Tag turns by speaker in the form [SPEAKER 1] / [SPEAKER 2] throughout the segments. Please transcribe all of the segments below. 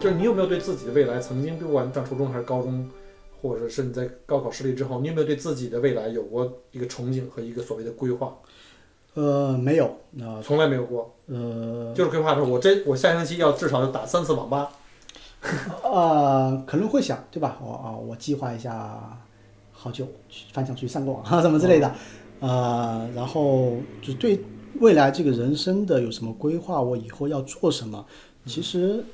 [SPEAKER 1] 就是你有没有对自己的未来曾经，不管上初中还是高中，或者是你在高考失利之后，你有没有对自己的未来有过一个憧憬和一个所谓的规划？
[SPEAKER 2] 呃，没有，那
[SPEAKER 1] 从来没有过，
[SPEAKER 2] 呃
[SPEAKER 1] 就是规划说，我这我下星期要至少要打三次网吧。
[SPEAKER 2] 呃，可能会想，对吧？我啊，我计划一下好久去翻墙去上个网 啊，什么之类的。呃，然后就对未来这个人生的有什么规划，我以后要做什么？其实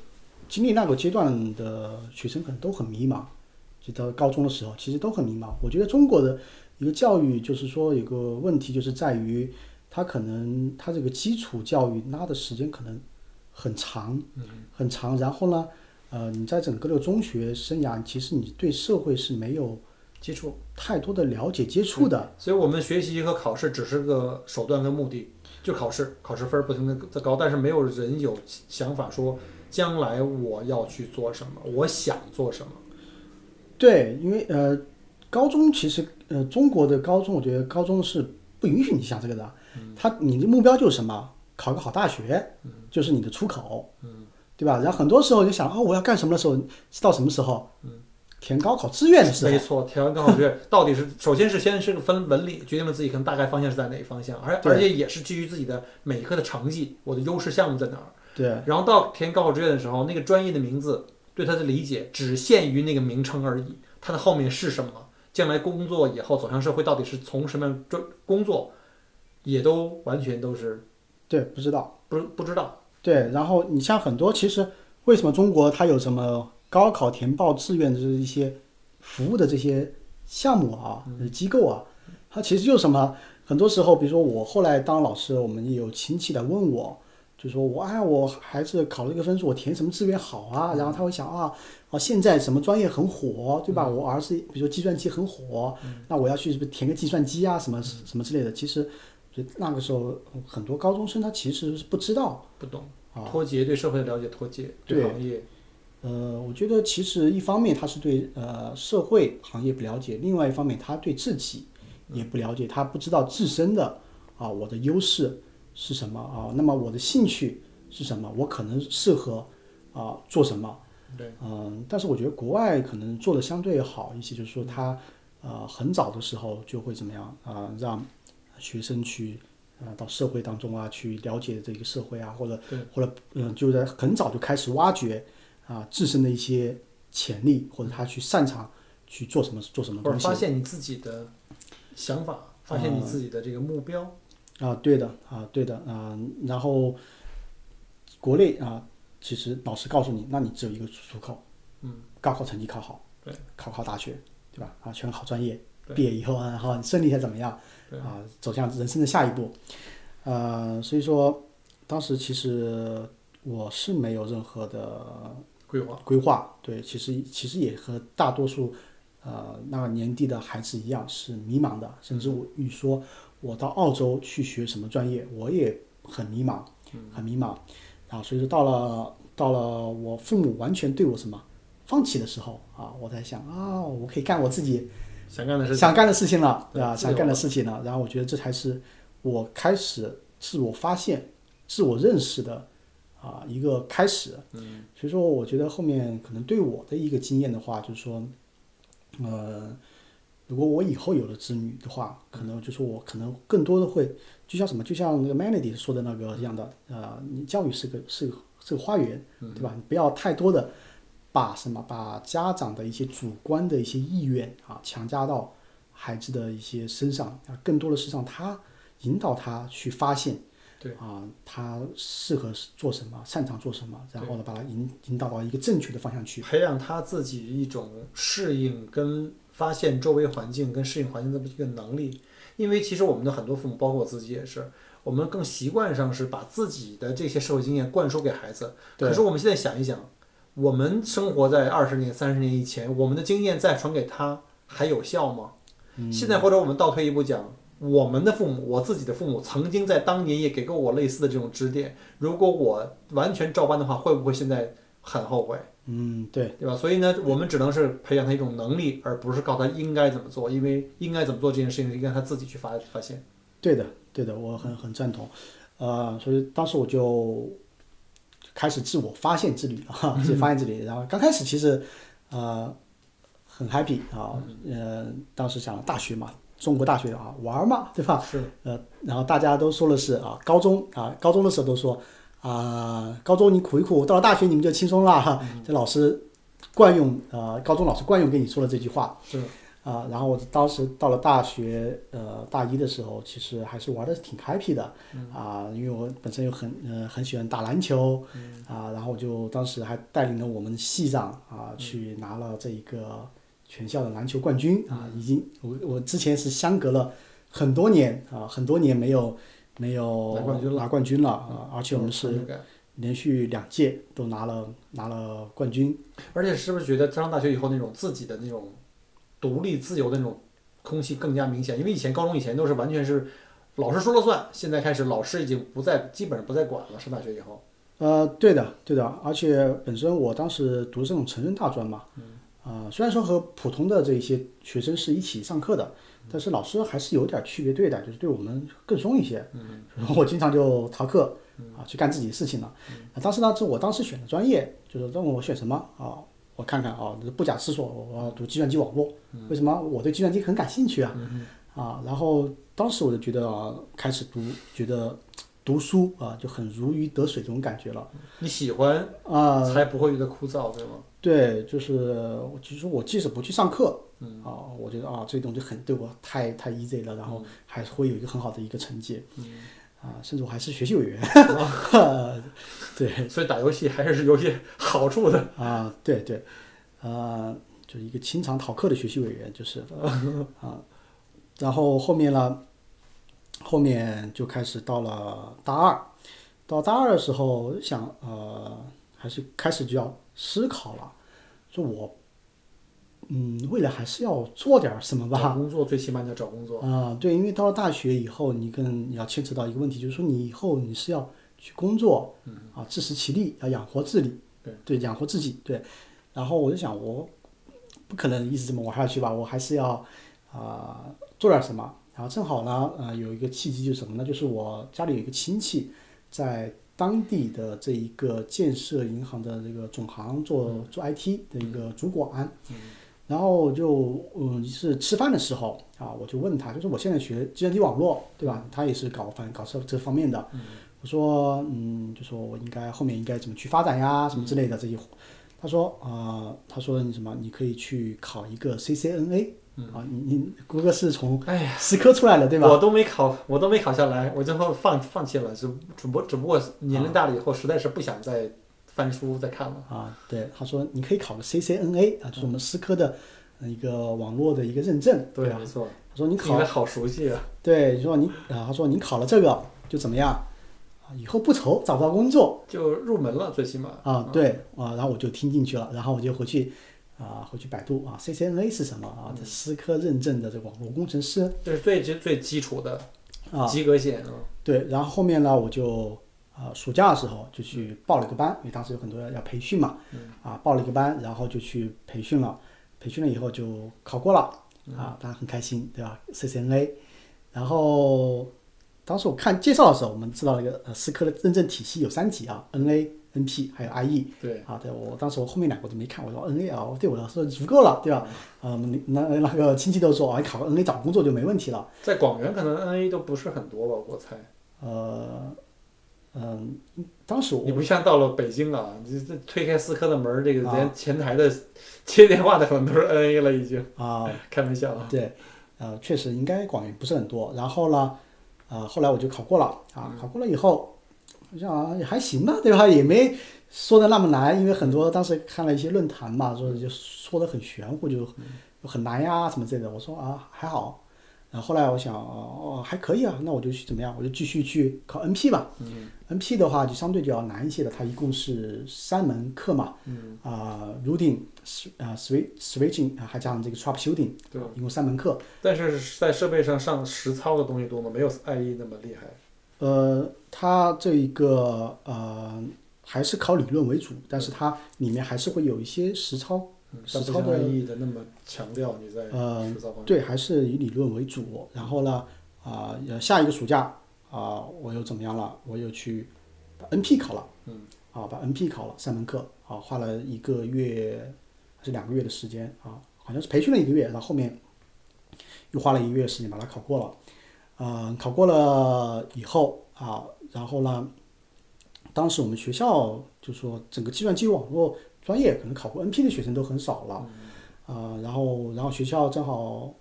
[SPEAKER 2] 经历那个阶段的学生可能都很迷茫，就到高中的时候，其实都很迷茫。我觉得中国的一个教育，就是说有个问题，就是在于它可能它这个基础教育拉的时间可能很长。
[SPEAKER 1] 嗯，
[SPEAKER 2] 很长。然后呢，呃，你在整个的中学生涯，其实你对社会是没有
[SPEAKER 1] 接触
[SPEAKER 2] 太多的了解接触的。，
[SPEAKER 1] 所以我们学习和考试只是个手段跟目的，就考试，考试分儿不停的在高，但是没有人有想法说将来我要去做什么，我想做什么。
[SPEAKER 2] 对，因为呃，高中其实呃，中国的高中，我觉得高中是不允许你想这个的。他你的目标就是什么？考个好大学，就是你的出口，对吧？然后很多时候就想哦，我要干什么的时候，是到什么时候？填高考志愿的时候
[SPEAKER 1] 没，错，填完高考志愿到底是首先是先是个分文理，决定了自己可能大概方向是在哪一方向，而
[SPEAKER 2] 对
[SPEAKER 1] 而且也是基于自己的每一科的成绩，我的优势项目在哪儿。
[SPEAKER 2] 对，
[SPEAKER 1] 然后到填高考志愿的时候，那个专业的名字对它的理解只限于那个名称而已，它的后面是什么，将来工作以后走向社会到底是从什么样专工作，也都完全都是
[SPEAKER 2] 对，不知道。
[SPEAKER 1] 不不知道。
[SPEAKER 2] 对，然后你像很多，其实为什么中国它有什么高考填报志愿的这一些服务的这些项目啊、机构啊，它其实就是什么？很多时候，比如说我后来当老师，我们也有亲戚来问我，就说我哎，我孩子考了一个分数，我填什么志愿好啊？然后他会想啊，啊，现在什么专业很火，对吧？我儿子比如说计算机很火，那我要去是不是填个计算机啊，什么什么之类的？其实就那个时候，很多高中生他其实是不知道。
[SPEAKER 1] 不懂
[SPEAKER 2] 啊，
[SPEAKER 1] 脱节对社会的了解脱节，对
[SPEAKER 2] 对
[SPEAKER 1] 行业
[SPEAKER 2] 呃，我觉得其实一方面他是对呃社会行业不了解，另外一方面他对自己也不了解，他不知道自身的啊我的优势是什么啊，那么我的兴趣是什么，我可能适合啊做什么，
[SPEAKER 1] 对。
[SPEAKER 2] 嗯、但是我觉得国外可能做的相对好一些，就是说他呃很早的时候就会怎么样啊、让学生去。啊，到社会当中啊，去了解这个社会啊，或者
[SPEAKER 1] 对
[SPEAKER 2] 或者嗯，就在很早就开始挖掘啊自身的一些潜力，或者他去擅长去做什么做什么
[SPEAKER 1] 或者
[SPEAKER 2] 东西
[SPEAKER 1] 发现你自己的想法，发现你自己的这个目标。
[SPEAKER 2] 啊，对的啊，对的啊，然后国内啊，其实老师告诉你，那你只有一个出口，
[SPEAKER 1] 嗯，
[SPEAKER 2] 高考成绩考好，
[SPEAKER 1] 对，
[SPEAKER 2] 考好大学，对吧？啊，选好专业，
[SPEAKER 1] 对
[SPEAKER 2] 毕业以后啊，然后你顺利一下怎么样？
[SPEAKER 1] 对
[SPEAKER 2] 啊，走向人生的下一步，呃，所以说当时其实我是没有任何的
[SPEAKER 1] 规划，
[SPEAKER 2] 规划，对，其实其实也和大多数呃那个年纪的孩子一样是迷茫的，甚至我你说我到澳洲去学什么专业，我也很迷茫，
[SPEAKER 1] 嗯
[SPEAKER 2] 很迷茫。啊，所以说到了到了我父母完全对我什么放弃的时候啊，我在想啊，我可以干我自己
[SPEAKER 1] 想干的事情，
[SPEAKER 2] 想干的事情了，
[SPEAKER 1] 对
[SPEAKER 2] 对吧？
[SPEAKER 1] 自由
[SPEAKER 2] 想干的事情了，然后我觉得这才是我开始自我发现、自我认识的啊、一个开始。嗯，所以说我觉得后面可能对我的一个经验的话，就是说，呃，如果我以后有了子女的话，可能就是我可能更多的会，就像什么，就像那个 Melody 说的那个一样的，呃，你教育是个是个是个花园，
[SPEAKER 1] 嗯
[SPEAKER 2] 对吧？你不要太多的把什么把家长的一些主观的一些意愿啊强加到孩子的一些身上啊，更多的是让他引导他去发现。
[SPEAKER 1] 对
[SPEAKER 2] 啊，他适合做什么，擅长做什么，然
[SPEAKER 1] 对
[SPEAKER 2] 后呢，把他引引导到一个正确的方向去。
[SPEAKER 1] 培养他自己一种适应跟发现周围环境跟适应环境这么一个能力。因为其实我们的很多父母，包括我自己也是，我们更习惯上是把自己的这些社会经验灌输给孩子。
[SPEAKER 2] 对
[SPEAKER 1] 可是我们现在想一想，我们生活在二十年、三十年以前，我们的经验再传给他还有效吗？
[SPEAKER 2] 嗯
[SPEAKER 1] 现在或者我们倒退一步讲，我们的父母，我自己的父母曾经在当年也给过我类似的这种指点。如果我完全照搬的话，会不会现在很后悔？
[SPEAKER 2] 嗯，对，
[SPEAKER 1] 对吧？所以呢，我们只能是培养他一种能力，而不是告诉他应该怎么做，因为应该怎么做这件事情应该他自己去发发现。
[SPEAKER 2] 对的，对的，我很很赞同。呃，所以当时我就开始自我发现之旅啊，自己发现之旅。然后刚开始其实呃很 happy 啊，呃，当时想大学嘛，中国大学啊，玩儿嘛，对吧？
[SPEAKER 1] 是，
[SPEAKER 2] 呃，然后大家都说的是啊，高中啊，高中的时候都说啊、高中你苦一苦，到了大学你们就轻松了哈。
[SPEAKER 1] 嗯
[SPEAKER 2] 这老师惯用啊、高中老师惯用跟你说了这句话
[SPEAKER 1] 是，
[SPEAKER 2] 啊、然后我当时到了大学呃大一的时候，其实还是玩的挺 happy 的
[SPEAKER 1] 嗯
[SPEAKER 2] 啊、因为我本身又很呃很喜欢打篮球
[SPEAKER 1] 嗯
[SPEAKER 2] 啊、然后我就当时还带领了我们系长
[SPEAKER 1] 嗯
[SPEAKER 2] 啊、去拿了这一个全校的篮球冠军啊、
[SPEAKER 1] 嗯
[SPEAKER 2] 已经我我之前是相隔了很多年啊、很多年没有没有
[SPEAKER 1] 拿冠军
[SPEAKER 2] 拿冠军了啊、而且我们
[SPEAKER 1] 成
[SPEAKER 2] 是
[SPEAKER 1] 就感
[SPEAKER 2] 连续两届都拿了拿了冠军。
[SPEAKER 1] 而且是不是觉得上大学以后那种自己的那种独立自由的那种空气更加明显？因为以前高中以前都是完全是老师说了算，现在开始老师已经不再基本上不再管了。上大学以后，
[SPEAKER 2] 呃，对的，对的，而且本身我当时读这种成人大专嘛，啊、虽然说和普通的这一些学生是一起上课的，但是老师还是有点区别对待，就是对我们更松一些。嗯，我经常就逃课啊，去干自己的事情了。啊、当时呢，这我当时选的专业就是问我选什么啊，我看看啊，不假思索，我要读计算机网络。为什么？我对计算机很感兴趣啊。啊，然后当时我就觉得啊，开始读，觉得读书啊就很如鱼得水这种感觉了。
[SPEAKER 1] 你喜欢
[SPEAKER 2] 啊、
[SPEAKER 1] 才不会觉得枯燥，对吗？
[SPEAKER 2] 对，就是其实我即使不去上课，啊、我觉得啊，这种就很对我太太 easy 了，然后还是会有一个很好的一个成绩，啊、甚至我还是学习委员，对，
[SPEAKER 1] 所以打游戏还是有些好处 的。
[SPEAKER 2] 啊、对对，呃，就是一个经常逃课的学习委员，就是啊、然后后面呢，后面就开始到了大二，到大二的时候想呃，还是开始就要思考了，说我，嗯，未来还是要做点儿什么吧，
[SPEAKER 1] 找工作最起码你要找工作，
[SPEAKER 2] 啊、对，因为到了大学以后，你更你要牵扯到一个问题，就是说你以后你是要去工作，啊，自食其力，要养活自己，对，养活自己，对。然后我就想，我不可能一直这么玩下去吧，我还是要啊、做点什么。然后正好呢，呃，有一个契机就是什么呢？就是我家里有一个亲戚在当地的这一个建设银行的这个总行做做 IT 的一个主管。然后就嗯是吃饭的时候啊，我就问他，就是我现在学计算机网络，对吧？他也是搞反搞这这方面的。我说嗯，就说我应该后面应该怎么去发展呀，什么之类的这些。他说啊、呃他说你什么？你可以去考一个 CCNA、啊，你你谷歌是从
[SPEAKER 1] 哎
[SPEAKER 2] 思科出来的对吧？
[SPEAKER 1] 我都没考，我都没考下来，我最后放放弃了，只只不只不过年龄大了以后，实在是不想再翻书再看了。
[SPEAKER 2] 啊，对，他说你可以考个 CCNA 啊，就是我们思科的呃一个网络的一个认证，
[SPEAKER 1] 对，
[SPEAKER 2] 吧？
[SPEAKER 1] 没错。
[SPEAKER 2] 他啊说你考
[SPEAKER 1] 的好熟悉啊，
[SPEAKER 2] 对，你说你啊，他说你考了这个就怎么样啊，以后不愁找不到工作
[SPEAKER 1] 就入门了，最起码。
[SPEAKER 2] 啊，对啊，然后我就听进去了，然后我就回去啊，回去百度啊，CCNA 是什么啊？这思科认证的这个网络工程师
[SPEAKER 1] 这是最基最基础的
[SPEAKER 2] 啊，
[SPEAKER 1] 及格线啊。
[SPEAKER 2] 对，然后后面呢，我就啊、暑假的时候就去报了个班，因为当时有很多人要培训嘛，啊报了一个班，然后就去培训了，培训了以后就考过了，啊，当然很开心，对吧？CCNA，然后当时我看介绍的时候，我们知道一个呃思科的认证体系有三级啊，NA、NP 还有 IE。
[SPEAKER 1] 对，
[SPEAKER 2] 啊，对我当时我后面两个我都没看，我说 N A 啊，对我来说足够了，对吧？啊、嗯，那那个亲戚都说，啊，你考个 N A 找工作就没问题了。
[SPEAKER 1] 在广元可能 NA 都不是很多吧，我猜。
[SPEAKER 2] 呃，嗯，当时我
[SPEAKER 1] 你不像到了北京啊，你这推开思科的门，这个
[SPEAKER 2] 啊
[SPEAKER 1] 连前台的接电话的可能都是 NA 了，已经。
[SPEAKER 2] 啊、
[SPEAKER 1] 开玩笑啊。
[SPEAKER 2] 对，呃，确实应该广元不是很多。然后呢，呃，后来我就考过了啊，考过了以后，我想啊也还行吧，对吧？也没说的那么难，因为很多当时看了一些论坛嗯嘛，说就说的很玄乎，就就很难呀什么之类的。我说啊还好，然后后来我想，哦，还可以啊，那我就去怎么样？我就继续去考 NP 吧。嗯，NP 的话就相对就要难一些的，它一共是三门课嘛。嗯。啊、r o u t i n g 啊、switch switching，啊还加上这个 troubleshooting，
[SPEAKER 1] 对，
[SPEAKER 2] 一共三门课。
[SPEAKER 1] 但是在设备上上实操的东西多吗？没有爱意那么厉害。
[SPEAKER 2] 呃，它这一个呃还是考理论为主，但是它里面还是会有一些实操。
[SPEAKER 1] 嗯
[SPEAKER 2] 实
[SPEAKER 1] 但不
[SPEAKER 2] 操
[SPEAKER 1] 像
[SPEAKER 2] 的
[SPEAKER 1] 爱意的那么强调你在
[SPEAKER 2] 呃
[SPEAKER 1] 实操方面。
[SPEAKER 2] 对，还是以理论为主。然后呢，啊、呃，下一个暑假啊、我又怎么样了？我又去把 NP 考了，
[SPEAKER 1] 嗯，
[SPEAKER 2] 啊，把 NP 考了三门课，啊，花了一个月还是两个月的时间啊，好像是培训了一个月，然后后面又花了一个月时间把它考过了。嗯，考过了以后啊，然后呢，当时我们学校就说整个计算机网络专业可能考过 NP 的学生都很少了。啊、然后然后学校正好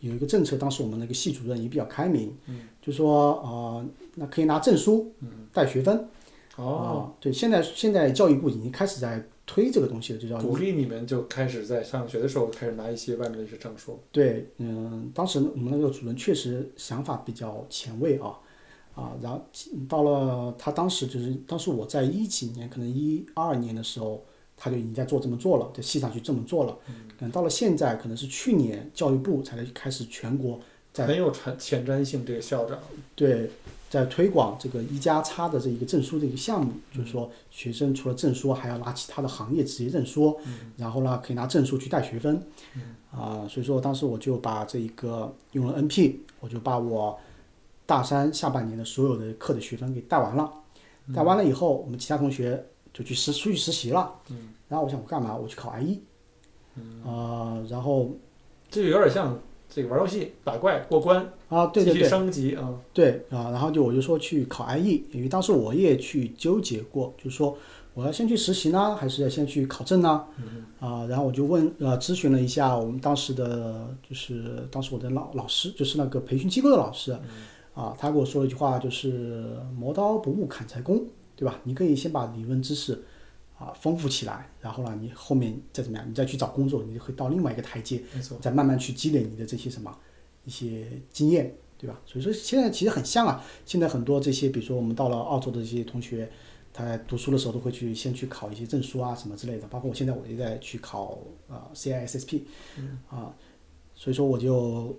[SPEAKER 2] 有一个政策，当时我们那个系主任也比较开明，就说啊、呃那可以拿证书带学分。
[SPEAKER 1] 哦，
[SPEAKER 2] 啊对，现在现在教育部已经开始在推这个东西了，就叫
[SPEAKER 1] 鼓励你们就开始在上学的时候开始拿一些外面的一些证书。
[SPEAKER 2] 对，嗯，当时我们那个主任确实想法比较前卫啊，啊，然后到了他当时就是当时我在一几年，可能一二年的时候，他就已经在做这么做了，在系上去这么做了。可能到了现在，可能是去年教育部才开始全国在
[SPEAKER 1] 很有前前瞻性，这个校长
[SPEAKER 2] 对，在推广这个一加叉的这一个证书的一个项
[SPEAKER 1] 嗯
[SPEAKER 2] 目，就是说学生除了证书，还要拿其他的行业职业证书，
[SPEAKER 1] 嗯
[SPEAKER 2] 然后呢可以拿证书去带学分，啊、所以说当时我就把这一个用了 NP，我就把我大三下半年的所有的课的学分给带完了，
[SPEAKER 1] 嗯
[SPEAKER 2] 带完了以后，我们其他同学就去实出去实习
[SPEAKER 1] 嗯
[SPEAKER 2] 了，然后我想我干嘛？我去考 IE，呃，然后
[SPEAKER 1] 这有点像这个玩游戏打怪过关，
[SPEAKER 2] 啊，对对
[SPEAKER 1] 继
[SPEAKER 2] 对
[SPEAKER 1] 续。升级啊。
[SPEAKER 2] 对啊，然后就我就说去考 IE，因为当时我也去纠结过，就是说我要先去实习呢，还是要先去考证呢？
[SPEAKER 1] 嗯
[SPEAKER 2] 啊，然后我就问呃咨询了一下我们当时的，就是当时我的老老师，就是那个培训机构的老
[SPEAKER 1] 嗯
[SPEAKER 2] 师，啊，他给我说了一句话，就是磨刀不误砍柴工，对吧？你可以先把理论知识啊丰富起来，然后呢，你后面再怎么样，你再去找工作，你就会到另外一个台阶。
[SPEAKER 1] 没错，
[SPEAKER 2] 再慢慢去积累你的这些什么一些经验，对吧？所以说现在其实很像啊，现在很多这些，比如说我们到了澳洲的这些同学，他在读书的时候都会去先去考一些证书啊什么之类的，包括我现在我也在去考啊、CISSP，啊，所以说我就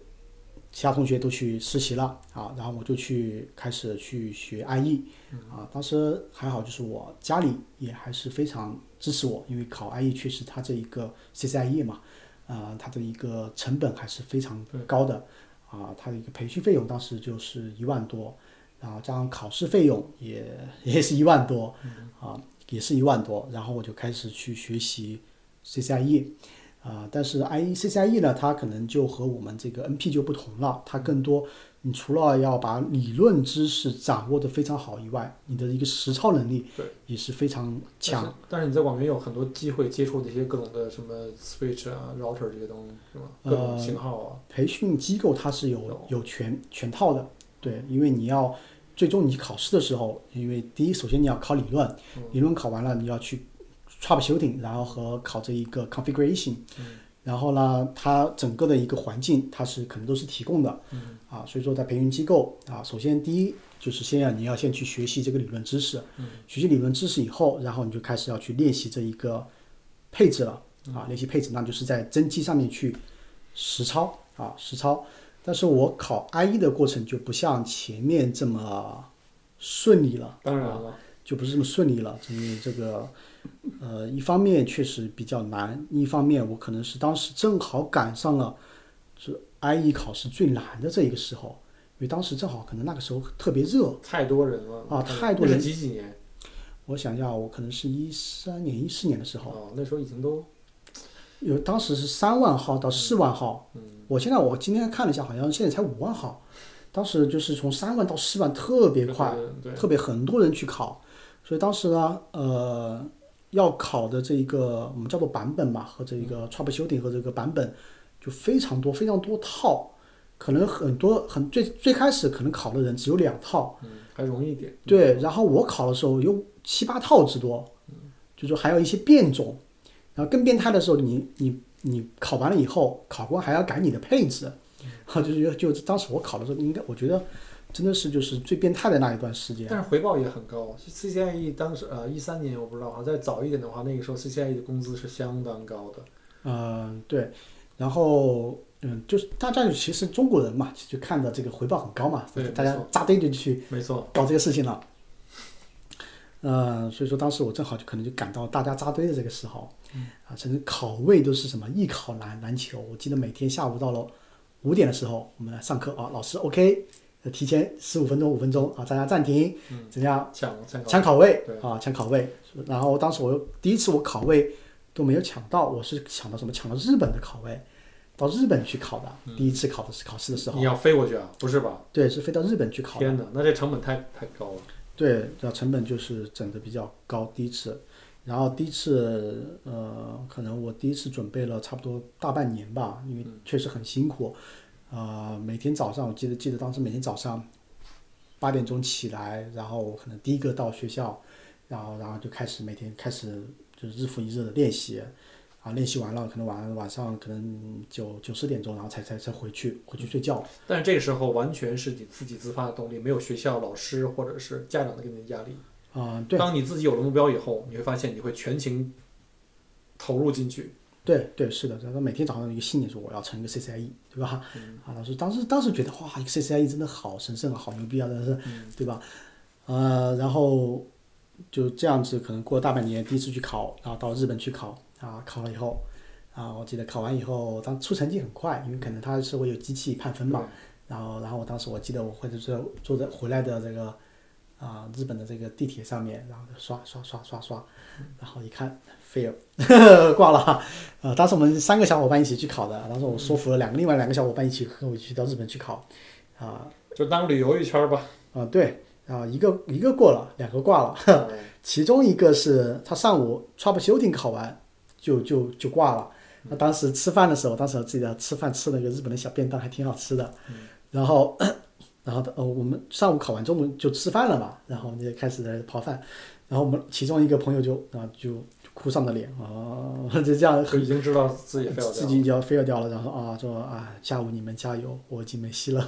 [SPEAKER 2] 其他同学都去实习了啊，然后我就去开始去学 IE，啊，当时还好，就是我家里也还是非常支持我，因为考 IE 确实它这一个 CCIE 嘛，啊、它的一个成本还是非常高的，啊，它的一个培训费用当时就是一万多，然后加上考试费用也也是一万多，
[SPEAKER 1] 嗯
[SPEAKER 2] 啊，也是一万多，然后我就开始去学习 CCIE。啊、但是 IE CCIE E 呢，它可能就和我们这个 NP 就不同了，它更多你除了要把理论知识掌握的非常好以外，你的一个实操能力
[SPEAKER 1] 对
[SPEAKER 2] 也是非常强。
[SPEAKER 1] 但是但是你在网约有很多机会接触这些各种的什么 switch 啊、router 这些东西，是吧？各种
[SPEAKER 2] 嗯
[SPEAKER 1] 型号啊，
[SPEAKER 2] 呃培训机构它是有
[SPEAKER 1] 有
[SPEAKER 2] 有全全套的，对，因为你要最终你考试的时候，因为第一首先你要考理论，理论考完了你要去 troubleshooting，然后和考这一个 configuration，、然后呢，它整个的一个环境它是可能都是提供的，啊，所以说在培训机构啊，首先第一就是先要你要先去学习这个理论知识，学习理论知识以后，然后你就开始要去练习这一个配置了啊，练习配置，那就是在真机上面去实操啊，实操。但是我考 IE 的过程就不像前面这么顺利了，
[SPEAKER 1] 当然了，
[SPEAKER 2] 就不是这么顺利了，因为这个，呃，一方面确实比较难，一方面我可能是当时正好赶上了这 IE 考试最难的这一个时候，因为当时正好可能那个时候特别热，
[SPEAKER 1] 太多人了那
[SPEAKER 2] 啊太多人
[SPEAKER 1] 那是几几年
[SPEAKER 2] 我想一下，我可能是一三年、一四年的时候，
[SPEAKER 1] 哦，那时候已经都
[SPEAKER 2] 有当时是三万号到四万号，我现在我今天看了一下，好像现在才五万号，当时就是从三万到四万特别快，，
[SPEAKER 1] 对，
[SPEAKER 2] 特别很多人去考，所以当时呢，呃，要考的这一个我们叫做版本嘛，和这一个 troubleshooting 和这个版本就非常多，非常多套，可能很多很最最开始可能考的人只有两套，
[SPEAKER 1] 嗯，还容易一点，
[SPEAKER 2] 对，然后我考的时候有七八套之多，
[SPEAKER 1] 嗯
[SPEAKER 2] 就说还有一些变种，
[SPEAKER 1] 嗯
[SPEAKER 2] 然后更变态的时候你，你你考完了以后，考官还要改你的配置，就是就当时我考的时候，应该我觉得真的是就是最变态的那一段时间。
[SPEAKER 1] 但是回报也很高。CCIE 当时呃一三年我不知道，好像再早一点的话，那个时候 CCIE E 的工资是相当高的。
[SPEAKER 2] 嗯，对，然后嗯，就是大家就其实中国人嘛，就看的这个回报很高嘛，
[SPEAKER 1] 对
[SPEAKER 2] 大
[SPEAKER 1] 没
[SPEAKER 2] 家扎堆就去
[SPEAKER 1] 没错，
[SPEAKER 2] 搞这个事情了。呃，所以说当时我正好就可能就赶到大家扎堆的这个时候，啊，甚至考位都是什么艺考篮篮球，我记得每天下午到了五点的时候，我们来上课啊，老师 OK，提呃前十五分钟五分钟啊，大家暂停，怎么样？
[SPEAKER 1] 抢抢
[SPEAKER 2] 抢考位
[SPEAKER 1] 对
[SPEAKER 2] 啊，抢考位。然后当时我又第一次我考位都没有抢到，我是抢到什么？抢到日本的考位，到日本去考的。第一次考的是考试的时候，
[SPEAKER 1] 你要飞过去啊？不是吧？
[SPEAKER 2] 对，是飞到日本去考的。
[SPEAKER 1] 天哪，那这成本太太高了。
[SPEAKER 2] 对，这成本就是整的比较高，第一次，然后第一次，呃，可能我第一次准备了差不多大半年吧，因为确实很辛苦，啊、每天早上我记得记得当时每天早上八点钟起来，然后可能第一个到学校，然后然后就开始每天开始就是日复一日的练习，啊，练习完了可能晚晚上可能九九十点钟，然后才才才回去回去睡觉。
[SPEAKER 1] 但是这个时候完全是你自己自发的动力，没有学校老师或者是家长的给你的压力。
[SPEAKER 2] 啊、对。
[SPEAKER 1] 当你自己有了目标以后，你会发现你会全情投入进去。
[SPEAKER 2] 对对是的，然后每天早上有一个信念说我要成一个 CCIE，对 E，吧？啊，当时当时当时觉得哇，一个 CCIE 真的好神圣啊，好牛逼啊，真的是，对吧？呃，然后就这样子，可能过了大半年，第一次去考，然后到日本去考啊，考了以后啊，我记得考完以后，当出成绩很快，因为可能它是会有机器判分嘛。然后，然后我当时我记得我会坐坐在回来的这个啊、日本的这个地铁上面，然后就刷刷刷刷刷，然后一看 fail 挂了。 呃，当时我们三个小伙伴一起去考的，当时我说服了两个另外两个小伙伴一起和我一起到日本去考，啊、
[SPEAKER 1] 就当旅游一圈儿 吧。
[SPEAKER 2] 啊、对，啊、一个一个过了，两个挂了，其中一个是他上午 troubleshooting 考完就就就挂了。那当时吃饭的时候，当时我记得吃饭吃那个日本的小便当还挺好吃的，然后然后呃我们上午考完，中午就吃饭了嘛，然后我们就开始在刨饭，然后我们其中一个朋友就啊就就哭丧着脸哦， 就这样
[SPEAKER 1] 就已经知道自己非要这
[SPEAKER 2] 自
[SPEAKER 1] 样。
[SPEAKER 2] 己就要飞掉了，然后啊说啊下午你们加油，我已经没戏了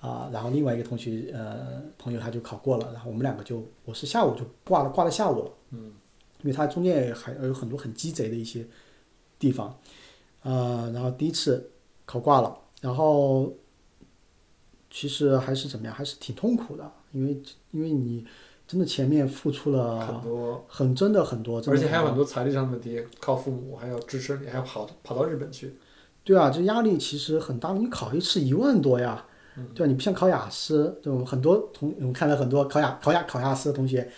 [SPEAKER 2] 啊。然后另外一个同学呃朋友他就考过了，然后我们两个就我是下午就挂了挂了下午了，嗯，因为他中间也还呃有很多很鸡贼的一些地方，呃，然后第一次考挂了，然后其实还是怎么样，还是挺痛苦的，因为因为你真的前面付出了
[SPEAKER 1] 很多，
[SPEAKER 2] 很真的很多，真
[SPEAKER 1] 而
[SPEAKER 2] 的
[SPEAKER 1] 且还
[SPEAKER 2] 很
[SPEAKER 1] 有
[SPEAKER 2] 多
[SPEAKER 1] 很多财力上的问题，靠父母还要支持你，还要跑跑到日本去。
[SPEAKER 2] 对啊，这压力其实很大的。你考一次一万多呀，对吧、你不像考雅思，对吧？我们很多同我们看到很多考雅考雅考雅思的同学，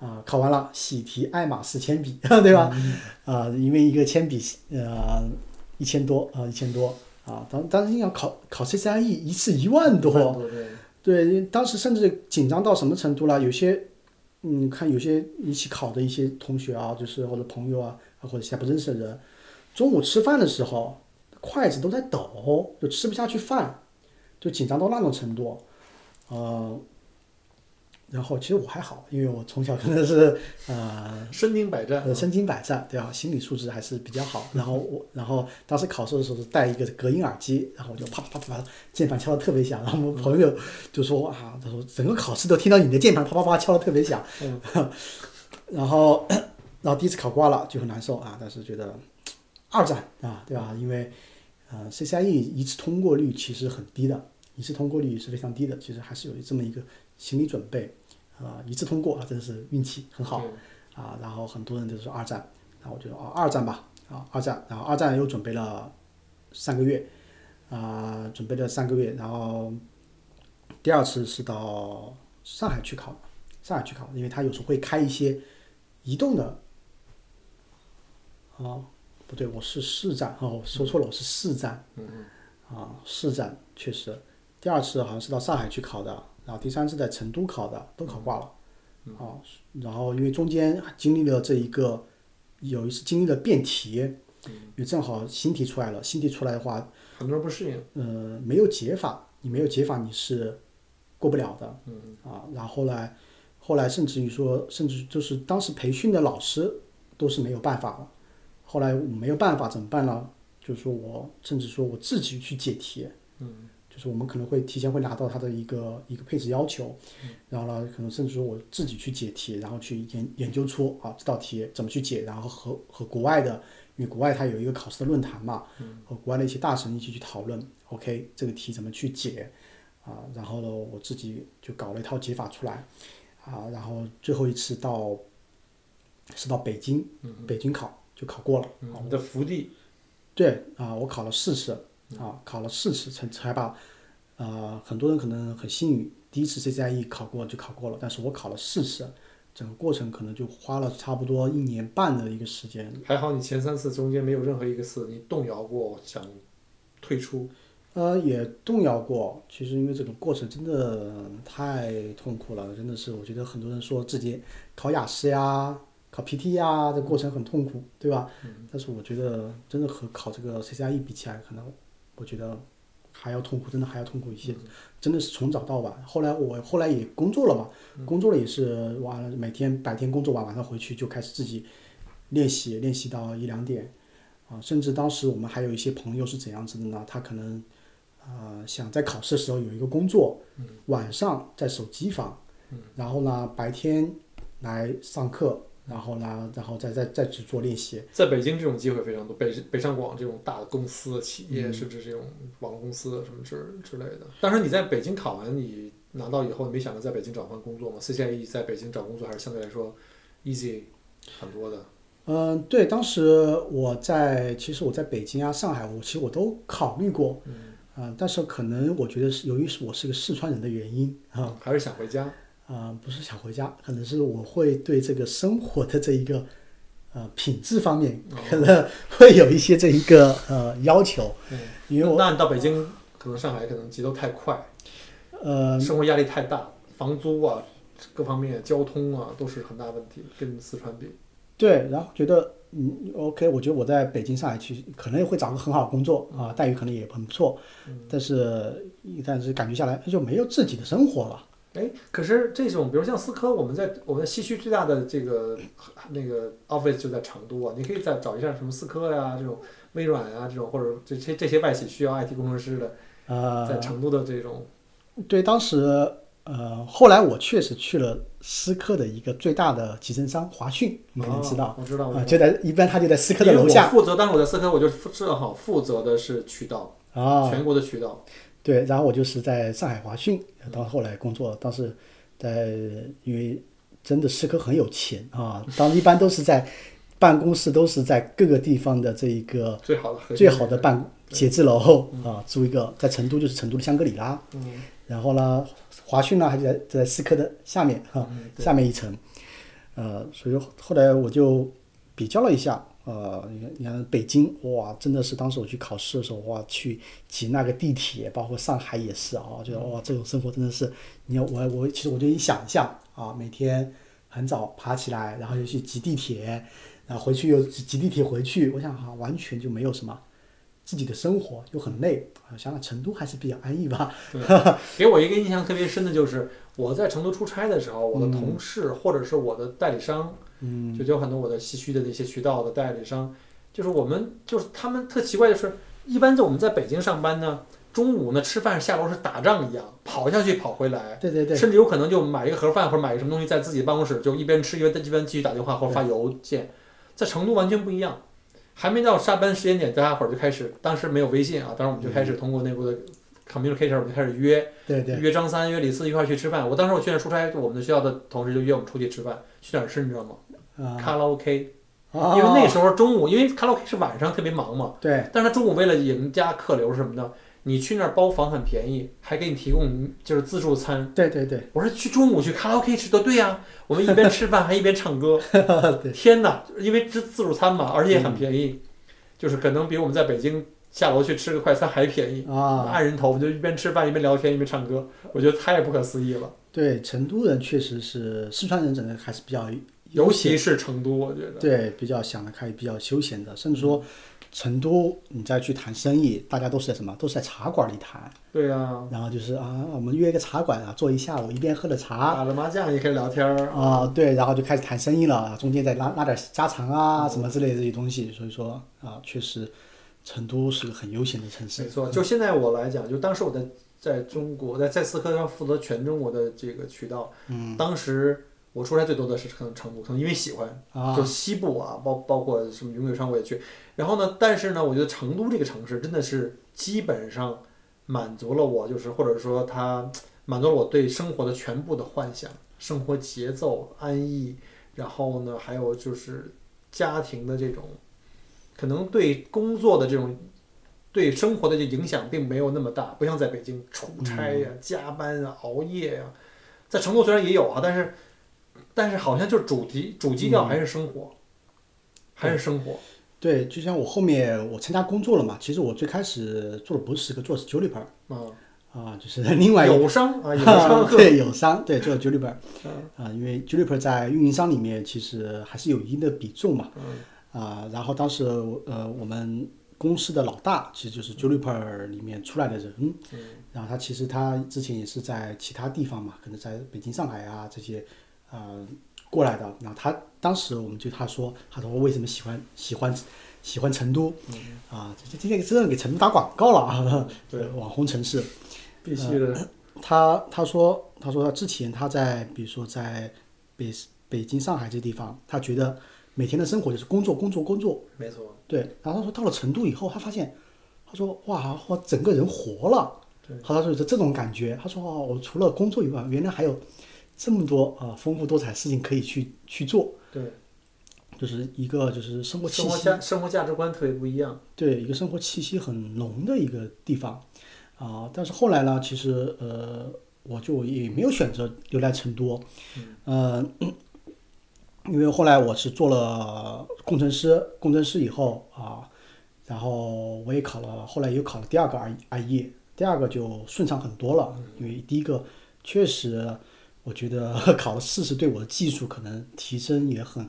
[SPEAKER 2] 啊、考完了喜提爱马仕铅笔， 对吧？啊、因为一个铅笔呃一千多啊、一千多啊，当当时你想考考 CCIE E 一次一万多，
[SPEAKER 1] 多对，
[SPEAKER 2] 对，当时甚至紧张到什么程度了？有些，嗯，看有些一起考的一些同学啊，就是或者朋友啊，或者其他不认识的人，中午吃饭的时候，筷子都在抖，就吃不下去饭，就紧张到那种程度，呃，然后其实我还好，因为我从小真的是，呃，
[SPEAKER 1] 身经百战
[SPEAKER 2] 呃，。身经百战，对吧、心理素质还是比较好。然后我，然后当时考试的时候是戴一个隔音耳机，然后我就啪啪啪啪，键盘敲的特别响。然后我们朋友就说啊，他说整个考试都听到你的键盘啪啪啪敲的特别响。 然后， 然后第一次考挂了就很难受啊，但是觉得二战啊，对吧？因为呃，CCIE 一次通过率其实很低的，一次通过率是非常低的，其实还是有这么一个心理准备啊、一次通过啊，真是运气很好。啊，然后很多人都说二战，那我就说啊二战吧，啊二战，然后二战又准备了三个月，啊、准备了三个月，然后第二次是到上海去考，上海去考，因为他有时候会开一些移动的，啊不对，我是市站哦，我说错了，我是市站，嗯啊市站确实，第二次好像是到上海去考的，然后第三次在成都考的，都考挂了。啊，然后因为中间经历了这一个，有一次经历了变题，因为正好新题出来了，新题出来的话，
[SPEAKER 1] 很多人不适应。
[SPEAKER 2] 呃，没有解法，你没有解法你是过不了的，嗯啊，然后后来后来甚至于说，甚至就是当时培训的老师都是没有办法了，后来我没有办法怎么办呢？就是说我甚至说我自己去解题，
[SPEAKER 1] 嗯
[SPEAKER 2] 就是我们可能会提前会拿到它的一个一个配置要求，然后呢，可能甚至说我自己去解题，然后去研研究出啊这道题怎么去解，然后和和国外的，因为国外它有一个考试的论坛嘛，和国外的一些大神一起去讨论，OK 这个题怎么去解啊，然后呢，我自己就搞了一套解法出来啊，然后最后一次到是到北京，北京考就考过了。
[SPEAKER 1] 嗯，你的福地，
[SPEAKER 2] 对啊、我考了四次啊，考了四次才才把，呃，很多人可能很幸运，第一次 CCIE 考过就考过了，但是我考了四次，整个过程可能就花了差不多一年半的一个时间。
[SPEAKER 1] 还好你前三次中间没有任何一个次你动摇过想退出，
[SPEAKER 2] 呃，也动摇过。其实因为这个过程真的太痛苦了，真的是我觉得很多人说自己考雅思呀、考 PT 呀，这过程很痛苦，对吧？但是我觉得真的和考这个 CCIE 比起来，可能我觉得还要痛苦，真的还要痛苦一些。真的是从早到晚。后来我后来也工作了嘛，工作了也是完了，每天白天工作完，晚上回去就开始自己练习，练习到一两点。啊，甚至当时我们还有一些朋友是怎样子的呢？他可能呃，想在考试的时候有一个工作，晚上在手机房，然后呢白天来上课，然后呢，然后再再再去做练习。
[SPEAKER 1] 在北京这种机会非常多，北北上广这种大的公司、企业，
[SPEAKER 2] 嗯
[SPEAKER 1] 甚至这种网络公司什么之之类的。当时你在北京考完，你拿到以后，你没想过在北京找份工作吗？CCIE 在北京找工作还是相对来说 easy 很多的。
[SPEAKER 2] 嗯，对，当时我在，其实我在北京啊、上海，我其实我都考虑过，嗯、但是可能我觉得是由于是我是个四川人的原因啊，
[SPEAKER 1] 啊，还是想回家。
[SPEAKER 2] 啊、不是想回家，可能是我会对这个生活的这一个呃品质方面，可能会有一些这一个呃要求，
[SPEAKER 1] 嗯，
[SPEAKER 2] 因为我
[SPEAKER 1] 那你到北京，可能上海可能节奏太快，
[SPEAKER 2] 呃
[SPEAKER 1] 生活压力太大，房租啊，各方面交通啊都是很大问题，跟四川比。
[SPEAKER 2] 对，然后觉得嗯 OK，我觉得我在北京、上海去可能也会找个很好的工作啊、待遇可能也很不错，
[SPEAKER 1] 嗯
[SPEAKER 2] 但是但是感觉下来哎就没有自己的生活了。
[SPEAKER 1] 哎，可是这种，比如像思科，我们在我们西区最大的这个那个 office 就在成都啊，你可以再找一下什么思科呀、这种微软啊这种，或者这些这些外企需要 IT 工程师的，
[SPEAKER 2] 呃，
[SPEAKER 1] 在成都的这种，
[SPEAKER 2] 对，当时呃，后来我确实去了思科的一个最大的集成商华讯，你可能知道
[SPEAKER 1] 啊，我知道，
[SPEAKER 2] 啊、
[SPEAKER 1] 我知
[SPEAKER 2] 就在一般他就在思科
[SPEAKER 1] 道
[SPEAKER 2] 的楼下
[SPEAKER 1] 因为我负责，当时我在思科，我就负正好负责的是渠道，
[SPEAKER 2] 啊，
[SPEAKER 1] 全国的渠道，
[SPEAKER 2] 对，然后我就是在上海华讯，到后来工作，当时在因为真的思科很有钱啊，当一般都是在办公室都是在各个地方的这一个
[SPEAKER 1] 最好的核心
[SPEAKER 2] 呃最好的办写字楼啊，租一个在成都就是成都的香格里拉，
[SPEAKER 1] 嗯，
[SPEAKER 2] 然后呢，华讯呢还在在思科的下面哈、
[SPEAKER 1] 嗯
[SPEAKER 2] 下面一层，呃，所以后来我就比较了一下，呃，你看你看北京哇，真的是当时我去考试的时候哇，去挤那个地铁，包括上海也是啊，觉得哇这种生活真的是，你要我我其实我就一想象啊，每天很早爬起来，然后又去挤地铁，然后回去又挤挤地铁回去，我想哈、啊，完全就没有什么。自己的生活又很累，啊想想成都还是比较安逸吧，
[SPEAKER 1] 给我一个印象特别深的就是我在成都出差的时候，我的同事或者是我的代理商，嗯，就有很多我的西区的那些渠道的代理商，就是我们就是他们特奇怪，就是一般在我们在北京上班呢，中午呢吃饭下楼是打仗一样，跑下去跑回来。
[SPEAKER 2] 对对对，
[SPEAKER 1] 甚至有可能就买一个盒饭或者买一个什么东西，在自己办公室就一边吃一边一边继续打电话或者发邮件，在成都完全不一样。还没到下班时间点，大家伙儿就开始，当时没有微信啊，当时我们就开始通过内部的 communication，我们就开始约
[SPEAKER 2] 嗯对对，
[SPEAKER 1] 约张三、约李四一块儿去吃饭。我当时我去那儿出差，我们学校的同事就约我们出去吃饭，去哪儿吃你知道吗？
[SPEAKER 2] 啊，
[SPEAKER 1] 卡拉 OK，
[SPEAKER 2] 啊
[SPEAKER 1] 因为那时候中午，因为卡拉 OK 是晚上特别忙嘛，
[SPEAKER 2] 对，
[SPEAKER 1] 但是他中午为了迎家客流什么的，你去那儿包房很便宜，还给你提供就是自助餐。
[SPEAKER 2] 对对对，
[SPEAKER 1] 我说去中午去卡拉 OK 吃的，对呀、我们一边吃饭还一边唱歌。
[SPEAKER 2] 对嗯
[SPEAKER 1] 天哪，因为吃自助餐嘛，而且也很便宜，就是可能比我们在北京下楼去吃个快餐还便宜。
[SPEAKER 2] 啊，
[SPEAKER 1] 按人头，我们就一边吃饭一边聊天一边唱歌，我觉得太不可思议了。
[SPEAKER 2] 对，成都人确实是四川人，整个还是比较
[SPEAKER 1] 尤
[SPEAKER 2] 闲
[SPEAKER 1] 其是成都，我觉得
[SPEAKER 2] 对比较想得开、比较休闲的，甚至说成都你再去谈生意，大家都是在什么？都是在茶馆里谈，
[SPEAKER 1] 对呀、
[SPEAKER 2] 然后就是啊，我们约一个茶馆啊，坐一下午，一边喝着茶，
[SPEAKER 1] 打了麻将也可以聊天儿
[SPEAKER 2] 啊、对，然后就开始谈生意了，中间再拉拉点家常啊什么之类的这些东西，所以说啊、确实成都是个很悠闲的城市。
[SPEAKER 1] 没错，就现在我来讲，就当时我在在中国在在思科上负责全中国的这个渠道，嗯，当时我出差最多的是可能成都，可能因为喜欢，
[SPEAKER 2] 啊
[SPEAKER 1] 就西部啊，包包括什么云贵川我也去。然后呢，但是呢，我觉得成都这个城市真的是基本上满足了我，就是或者说它满足了我对生活的全部的幻想，生活节奏安逸，然后呢，还有就是家庭的这种，可能对工作的这种。对生活的这影响并没有那么大，不像在北京出差呀、加班啊、熬夜呀、在成都虽然也有啊，但是但是好像就主题主基调还是生
[SPEAKER 2] 嗯
[SPEAKER 1] 活，还是生活。
[SPEAKER 2] 对，就像我后面我参加工作了嘛，其实我最开始做的不是十个，做的是九里本
[SPEAKER 1] 嗯，
[SPEAKER 2] 啊，就是另外一个
[SPEAKER 1] 友商啊，友 商
[SPEAKER 2] 对友商，对做的九里本
[SPEAKER 1] 嗯
[SPEAKER 2] 啊，因为 Juniper 在运营商里面其实还是有一定的比重
[SPEAKER 1] 嗯
[SPEAKER 2] 嘛，啊，然后当时我呃我们公司的老大其实就是 Juniper 里面出来的人，
[SPEAKER 1] 嗯
[SPEAKER 2] 然后他其实他之前也是在其他地方嘛，可能在北京、上海啊这些，呃过来的。然后他当时我们就他说，他说我为什么喜欢喜欢喜欢成都，
[SPEAKER 1] 嗯
[SPEAKER 2] 啊，这这今天真的给成都打广告了啊，
[SPEAKER 1] 对，
[SPEAKER 2] 网红城市。
[SPEAKER 1] 必须的。
[SPEAKER 2] 他他说他说他之前他在比如说在北北京、上海这地方，他觉得每天的生活就是工作、工作、工作。
[SPEAKER 1] 没错，
[SPEAKER 2] 对，然后他说到了成都以后，他发现，他说哇，我整个人活了。
[SPEAKER 1] 对，
[SPEAKER 2] 他说就是这种感觉。他说哦，我除了工作以外，原来还有这么多啊、呃丰富多彩的事情可以去去做，
[SPEAKER 1] 对，
[SPEAKER 2] 就是一个就是生活气
[SPEAKER 1] 生活
[SPEAKER 2] 息
[SPEAKER 1] 价生活价值观特别不一样。
[SPEAKER 2] 对一个生活气息很浓的一个地方啊、但是后来呢，其实呃，我就也没有选择留在成都，呃，因为后来我是做了工程师，工程师以后啊，然后我也考了，后来又考了第二个 I I E，第二个就顺畅很多了，因为第一个确实我觉得 考了四十对我的技术可能提升也很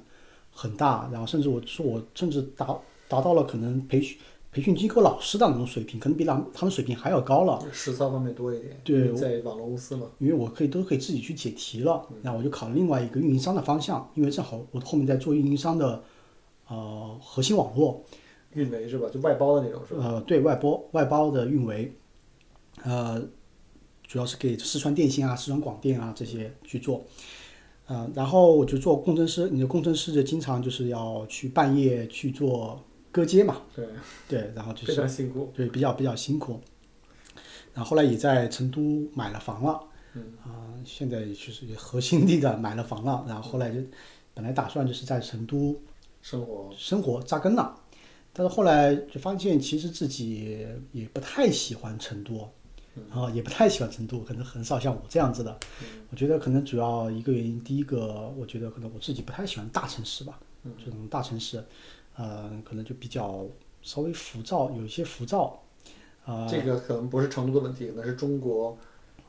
[SPEAKER 2] 很大，然后甚至我说我甚至达达到了可能培训培训机构老师的那种水平，可能比他们他们水平还要高了。
[SPEAKER 1] 实操方面多一点，
[SPEAKER 2] 哦对
[SPEAKER 1] 因为在网络公司嘛，
[SPEAKER 2] 因为我可以都可以自己去解题了，
[SPEAKER 1] 嗯
[SPEAKER 2] 然后我就考了另外一个运营商的方向，因为正好我后面在做运营商的呃核心网络，
[SPEAKER 1] 运维是吧？就外包的那种是吧？
[SPEAKER 2] 呃对外包外包的运维，呃主要是给四川电信啊、四川广电啊这些去做，呃然后我就做工程师，你的工程师就经常就是要去半夜去做割接嘛，
[SPEAKER 1] 对，
[SPEAKER 2] 对，然后就是
[SPEAKER 1] 非常辛苦。
[SPEAKER 2] 对，比较比较辛苦。然后后来也在成都买了房了，啊、现在也就是也核心地段买了房了。然后后来就本来打算就是在成都
[SPEAKER 1] 生活
[SPEAKER 2] 生活扎根了，但是后来就发现其实自己也不太喜欢成都，啊、也不太喜欢成都，可能很少像我这样子的。我觉得可能主要一个原因，第一个我觉得可能我自己不太喜欢大城市吧，这种大城市，呃，可能就比较稍微浮躁，有一些浮躁，啊、
[SPEAKER 1] 这个可能不是成都的问题，可能是中国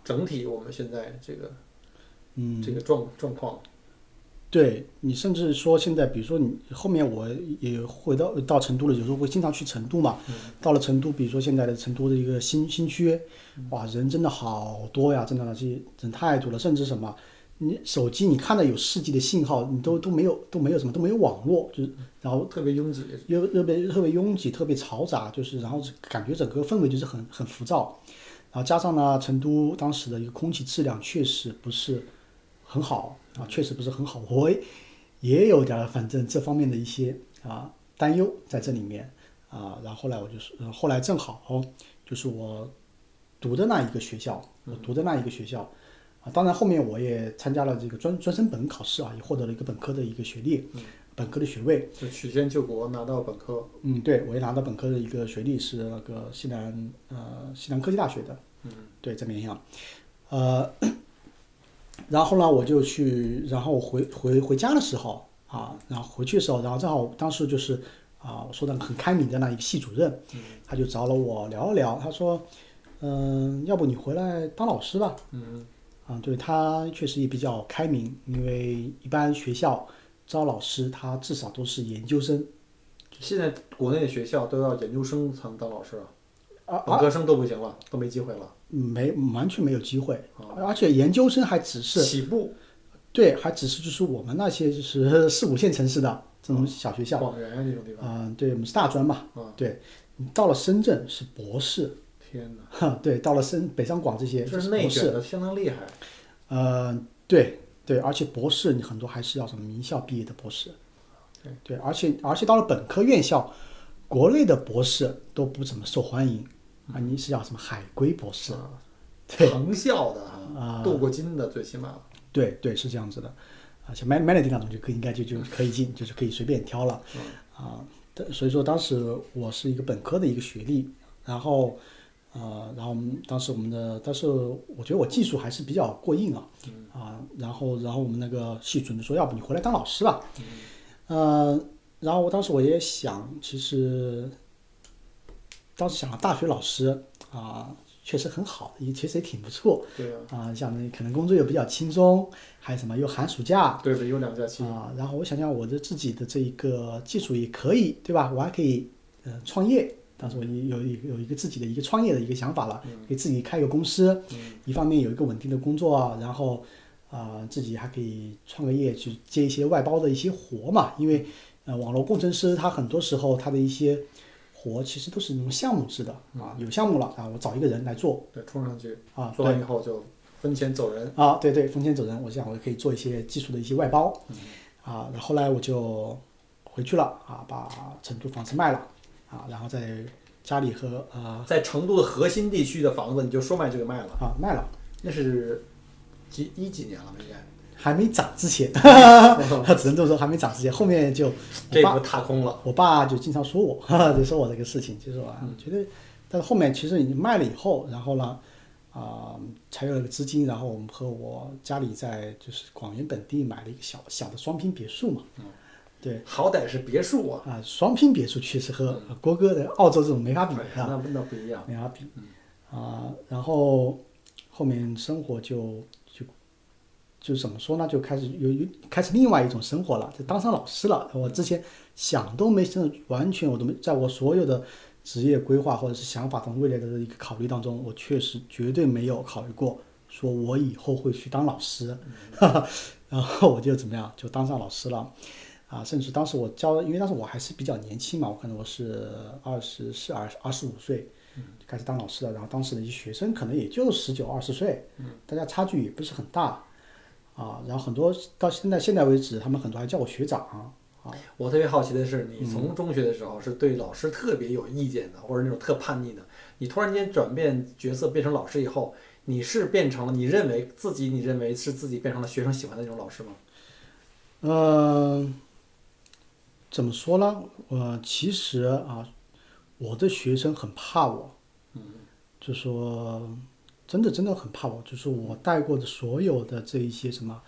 [SPEAKER 1] 整体我们现在这个
[SPEAKER 2] 嗯，
[SPEAKER 1] 这个状状况。
[SPEAKER 2] 对你甚至说现在，比如说你后面我也回到到成都了，有时候会经常去成都嘛。到了成都，比如说现在的成都的一个新新区，哇，人真的好多呀，真的这些人太多了，甚至什么，你手机你看到有 4G 的信号，你都都没有都没有什么都没有网络，就是然后
[SPEAKER 1] 特别拥挤，
[SPEAKER 2] 又特别特别拥挤，特别嘈杂，就是然后感觉整个氛围就是很很浮躁，然后加上呢，成都当时的一个空气质量确实不是很好啊，确实不是很好，我也也有点儿反正这方面的一些啊担忧在这里面啊，然后后来我就是，呃后来正好、就是我读的那一个学校，我读的那一个学校。啊，当然后面我也参加了这个专专升本考试啊，也获得了一个本科的一个学历，本科的学位。
[SPEAKER 1] 就曲线救国拿到本科，
[SPEAKER 2] 嗯，对，我也拿到本科的一个学历是那个西南呃西南科技大学的，嗯，对，在绵阳，呃，然后呢，我就去，然后我回回回家的时候啊，然后回去的时候，然后正好当时就是啊，我说的很开明的那一个系主任，他就找了我聊了聊，他说，嗯、要不你回来当老师吧，
[SPEAKER 1] 嗯，
[SPEAKER 2] 啊，对他确实也比较开明，因为一般学校招老师，他至少都是研究生。
[SPEAKER 1] 现在国内的学校都要研究生才能当老师啊，
[SPEAKER 2] 啊
[SPEAKER 1] 本科生都不行了，都没机会了。啊
[SPEAKER 2] 没完全没有机会，哦而且研究生还只是
[SPEAKER 1] 起步
[SPEAKER 2] 对，还只是就是我们那些就是 四五线城市的这种小学校，
[SPEAKER 1] 广元啊这种地方，啊
[SPEAKER 2] 嗯、对，我们是大专嘛，对，你到了深圳是博士，
[SPEAKER 1] 天哪，
[SPEAKER 2] 哈，对，到了深北上广这些
[SPEAKER 1] 这
[SPEAKER 2] 是
[SPEAKER 1] 是
[SPEAKER 2] 博
[SPEAKER 1] 内
[SPEAKER 2] 士
[SPEAKER 1] 卷，的相当厉害。
[SPEAKER 2] 呃，对对，而且博士你很多还是要什么名校毕业的博士，对对，而且而且到了本科院校，国内的博士都不怎么受欢迎啊，你是要什么海归博士，
[SPEAKER 1] 啊
[SPEAKER 2] 哦对
[SPEAKER 1] 藤校的
[SPEAKER 2] 啊
[SPEAKER 1] 哈，镀过金的最起码。
[SPEAKER 2] 对对是这样子的，啊，像 Man Melody 那种就可以应该就就可以进，就是可以随便挑了啊，但所以说当时我是一个本科的一个学历，然后。呃，然后我们当时我们的，但是我觉得我技术还是比较过硬啊，啊，然后然后我们那个系主任说，要不你回来当老师吧，呃，然后我当时我也想，其实当时想了大学老师啊，确实很好，也其实也挺不错
[SPEAKER 1] 对啊，
[SPEAKER 2] 啊，想着可能工作又比较轻松，还有什么又寒暑假，
[SPEAKER 1] 对的，有两假期。
[SPEAKER 2] 啊，然后我想想我的自己的这一个技术也可以，对吧？我还可以呃创业，当时我也有有有一个自己的一个创业的一个想法了，给自己开一个公司，一方面有一个稳定的工作，然后啊、自己还可以创个业去接一些外包的一些活嘛，因为呃网络工程师他很多时候他的一些活其实都是那种项目制的啊，有项目了啊，我找一个人来
[SPEAKER 1] 嗯
[SPEAKER 2] 做
[SPEAKER 1] 对，冲上去
[SPEAKER 2] 啊，
[SPEAKER 1] 做完以后就分钱走人。
[SPEAKER 2] 啊，对对，风险走人，我想我可以做一些技术的一些外包，啊，然后后来我就回去了啊，把成都房子卖了啊，然后在家里和啊
[SPEAKER 1] 在成都的核心地区的房子，你就说卖就给卖了，
[SPEAKER 2] 啊卖了，
[SPEAKER 1] 那是几一几年了吧？应该
[SPEAKER 2] 还没涨之前， 只能这么说，还没涨之前，后面就
[SPEAKER 1] 这个踏空了。
[SPEAKER 2] 我爸就经常说我， 哈哈，就说我这个事情，就是我觉得，但是后面其实已经卖了以后，然后呢，啊、才有了个资金，然后我们和我家里在就是广元本地买了一个小小的双拼别墅嘛，对。
[SPEAKER 1] 好歹是别墅啊，
[SPEAKER 2] 啊，双拼别墅确实和郭哥的澳洲这种没法比
[SPEAKER 1] 哎
[SPEAKER 2] 啊，
[SPEAKER 1] 那不那不一样。
[SPEAKER 2] 没法比啊。然后后面生活就就就怎么说呢？就开始有有开始另外一种生活了，就当上老师了。我之前想都没想，完全我都没在我所有的职业规划或者是想法中未来的一个考虑当中，我确实绝对没有考虑过说我以后会去当老师。 然后我就怎么样，就当上老师了。啊，甚至当时我教，因为当时我还是比较年轻嘛，我可能我是二十四、二二十五岁就开始当老师了。然后当时的一些学生可能也就十九、二十岁，大家差距也不是很大啊。然后很多到现在现在为止，他们很多还叫我学长啊。
[SPEAKER 1] 我特别好奇的是，你
[SPEAKER 2] 嗯
[SPEAKER 1] 从中学的时候是对老师特别有意见的，或者那种特叛逆的，你突然间转变角色变成老师以后，你是变成了你认为自己你认为是自己变成了学生喜欢的那种老师吗？
[SPEAKER 2] 嗯、怎么说呢？呃，其实啊，我的学生很怕我，就说真的真的很怕我，就是我带过的所有的这一些什么，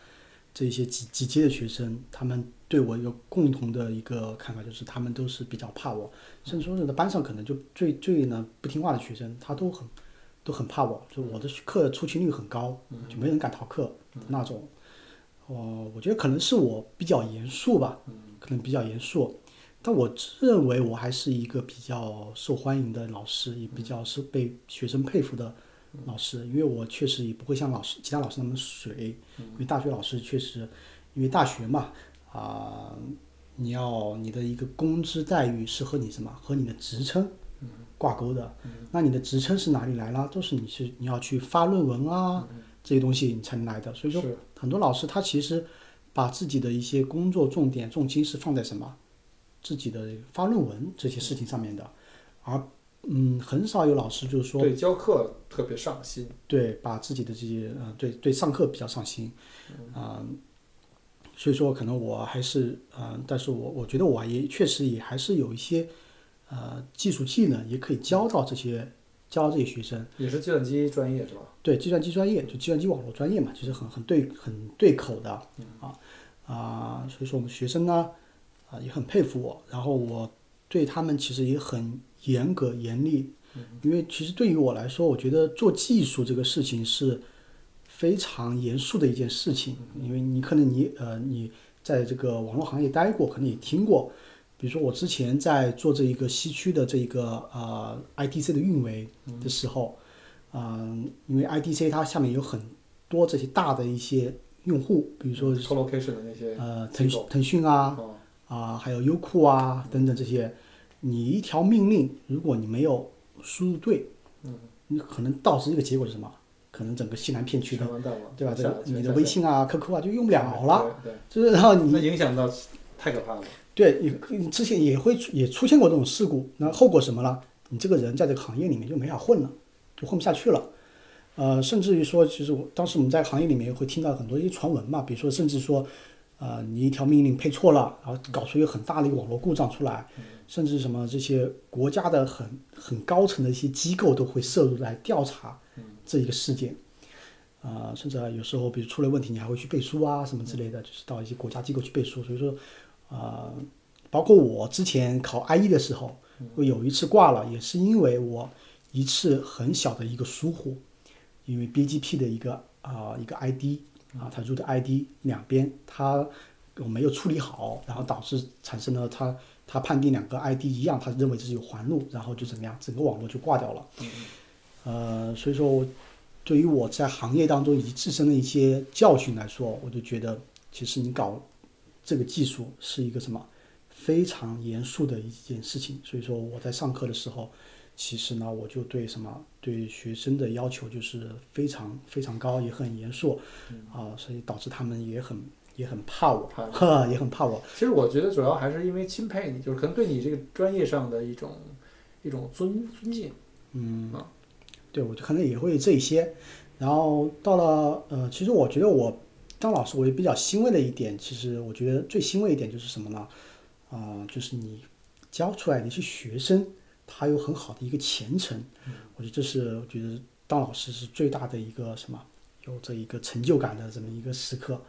[SPEAKER 2] 这一些几几届的学生，他们对我有共同的一个看法，就是他们都是比较怕我，甚至说是在班上可能就最最呢不听话的学生，他都很都很怕我，就我的课出勤率很高，就没人敢逃课那种。哦、我觉得可能是我比较严肃吧，可能比较严肃，但我自认为我还是一个比较受欢迎的老师，也比较是被学生佩服的老师，因为我确实也不会像老师其他老师那么水，因为大学老师确实，因为大学嘛，啊、你要你的一个工资待遇是和你什么和你的职称挂钩的，那你的职称是哪里来啦？都是你是你要去发论文啊、这些东西你才能来的，所以说
[SPEAKER 1] 是
[SPEAKER 2] 很多老师他其实把自己的一些工作重点重心是放在什么？自己的发论文这些事情上面的，而嗯，很少有老师就是说
[SPEAKER 1] 对教课特别上心，
[SPEAKER 2] 对把自己的这些呃，对对上课比较上心，啊、所以说可能我还是嗯、呃但是我我觉得我也确实也还是有一些呃技术技能，也可以教到这些教到这些学生。
[SPEAKER 1] 也是计算机专业是吧？
[SPEAKER 2] 对计算机专业，就计算机网络专业嘛，其实很很对很对口的啊啊、所以说我们学生呢啊、也很佩服我，然后我对他们其实也很严格严厉，因为其实对于我来说，我觉得做技术这个事情是非常严肃的一件事情，因为你可能你呃你在这个网络行业待过，可能也听过。比如说我之前在做这一个西区的这一个呃 IDC 的运维的时候，嗯，因为 IDC 它下面有很多这些大的一些用户，比
[SPEAKER 1] 嗯
[SPEAKER 2] 如说
[SPEAKER 1] co-location 的那些
[SPEAKER 2] 呃
[SPEAKER 1] 机
[SPEAKER 2] 腾
[SPEAKER 1] 构
[SPEAKER 2] 腾讯啊
[SPEAKER 1] 哦
[SPEAKER 2] 啊、还有优酷啊等等这些，你一条命令，如果你没有输入对，嗯，你可能导致一个结果是什么？可能整个西南片区的，
[SPEAKER 1] 全完蛋了，
[SPEAKER 2] 对吧？这
[SPEAKER 1] 下
[SPEAKER 2] 个你的
[SPEAKER 1] 下
[SPEAKER 2] 微信啊、QQ 啊就用不了了，
[SPEAKER 1] 对，对
[SPEAKER 2] 就是然后你
[SPEAKER 1] 那影响到太可怕了。
[SPEAKER 2] 对你你之前也会出也出现过这种事故，那后果什么了？你这个人在这个行业里面就没法混了，就混不下去了。呃，甚至于说，其实我当时我们在行业里面会听到很多一些传闻嘛，比如说，甚至说，呃，你一条命令配错了，然后搞出一个很大的一个网络故障出来，甚至什么这些国家的很很高层的一些机构都会涉入来调查这一个事件。啊、甚至啊有时候，比如出了问题，你还会去背书啊，什么之类的，就是到一些国家机构去背书。所以说，啊、包括我之前考 IE 的时候，我有一次挂了，也是因为我一次很小的一个疏忽，因为 BGP 的一个啊、一个 ID 啊，它 root ID 两边它我没有处理好，然后导致产生了它它判定两个 ID 一样，它认为这是有环路，然后就怎么样，整个网络就挂掉了。呃，所以说我对于我在行业当中以及自身的一些教训来说，我就觉得其实你搞这个技术是一个什么非常严肃的一件事情。所以说我在上课的时候，其实呢，我就对什么对学生的要求就是非常非常高，也很严肃啊、所以导致他们也很也很怕我
[SPEAKER 1] 怕，
[SPEAKER 2] 呵， 也很怕我。
[SPEAKER 1] 其实我觉得主要还是因为钦佩你，就是可能对你这个专业上的一种一种尊尊敬。嗯啊，
[SPEAKER 2] 对我就可能也会这一些。然后到了呃，其实我觉得我当老师，我也比较欣慰的一点，其实我觉得最欣慰一点就是什么呢？啊、就是你教出来的一些学生，他有很好的一个前程。我觉得这是我觉得当老师是最大的一个什么，有这一个成就感的这么一个时刻。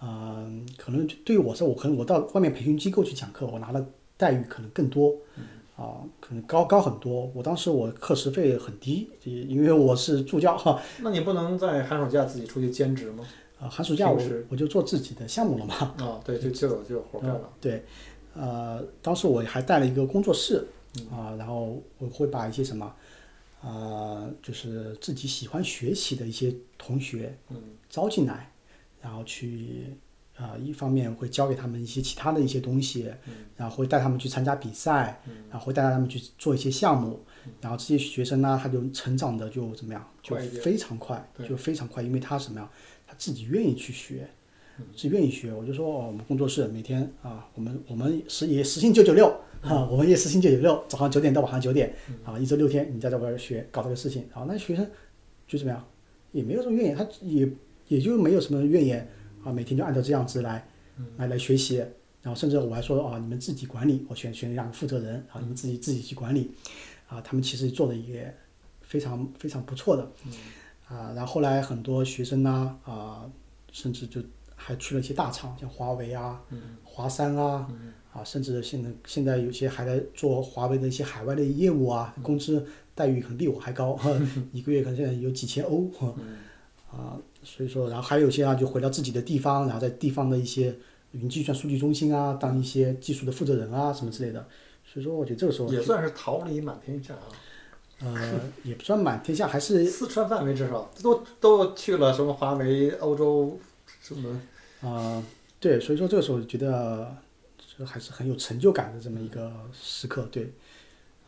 [SPEAKER 2] 嗯、可能对于我说，我可能我到外面培训机构去讲课，我拿的待遇可能更多。啊，可能高高很多。我当时我课时费很低，也因为我是助教哈。
[SPEAKER 1] 哦那你不能在寒暑假自己出去兼职吗？
[SPEAKER 2] 啊，寒暑假我
[SPEAKER 1] 平时
[SPEAKER 2] 我就做自己的项目了嘛。嗯
[SPEAKER 1] 啊，对，就就有就 有活干了。
[SPEAKER 2] 对，呃，当时我还带了一个工作室
[SPEAKER 1] 嗯
[SPEAKER 2] 啊、然后我会把一些什么，啊、就是自己喜欢学习的一些同学
[SPEAKER 1] 嗯
[SPEAKER 2] 招进来，然后去啊、一方面会教给他们一些其他的一些东西，
[SPEAKER 1] 嗯
[SPEAKER 2] 然后会带他们去参加比赛，然后会带他们去做一些项目，然后这些学生呢，他就成长的就怎么样，就
[SPEAKER 1] 嗯快一点
[SPEAKER 2] 非常快，
[SPEAKER 1] 对
[SPEAKER 2] 就非常快，因为他什么呀，他自己愿意去学。
[SPEAKER 1] 嗯
[SPEAKER 2] 自己愿意学，我就说哦，我们工作室每天啊，我们我们实也实行九九六啊，我们也实行九九六，早上九点到晚上九点
[SPEAKER 1] 嗯
[SPEAKER 2] 啊，一周六天你在这边学搞这个事情，然后那学生就怎么样，也没有什么怨言，他也也就没有什么怨言啊，每天就按照这样子来来来学习，然后甚至我还说啊，你们自己管理，我选选两个负责人啊，你们自己自己去管理，啊，他们其实做的也非常非常不错的，啊，然后后来很多学生呢啊，甚至就还去了一些大厂，像华为啊、华山啊，啊，甚至现在现在有些还在做华为的一些海外的业务啊，工资待遇可能比我还高，一个月可能现在有几千欧，啊，所以说，然后还有一些啊，就回到自己的地方，然后在地方的一些云计算数据中心啊，当一些技术的负责人啊，什么之类的。所以说，我觉得这个时候
[SPEAKER 1] 也算是逃离满天下啊，
[SPEAKER 2] 呃，也不算满天下，还是
[SPEAKER 1] 四川范围至少都都去了什么华为、欧洲什么
[SPEAKER 2] 啊、对，所以说这个时候觉得这还是很有成就感的这么一个时刻，对，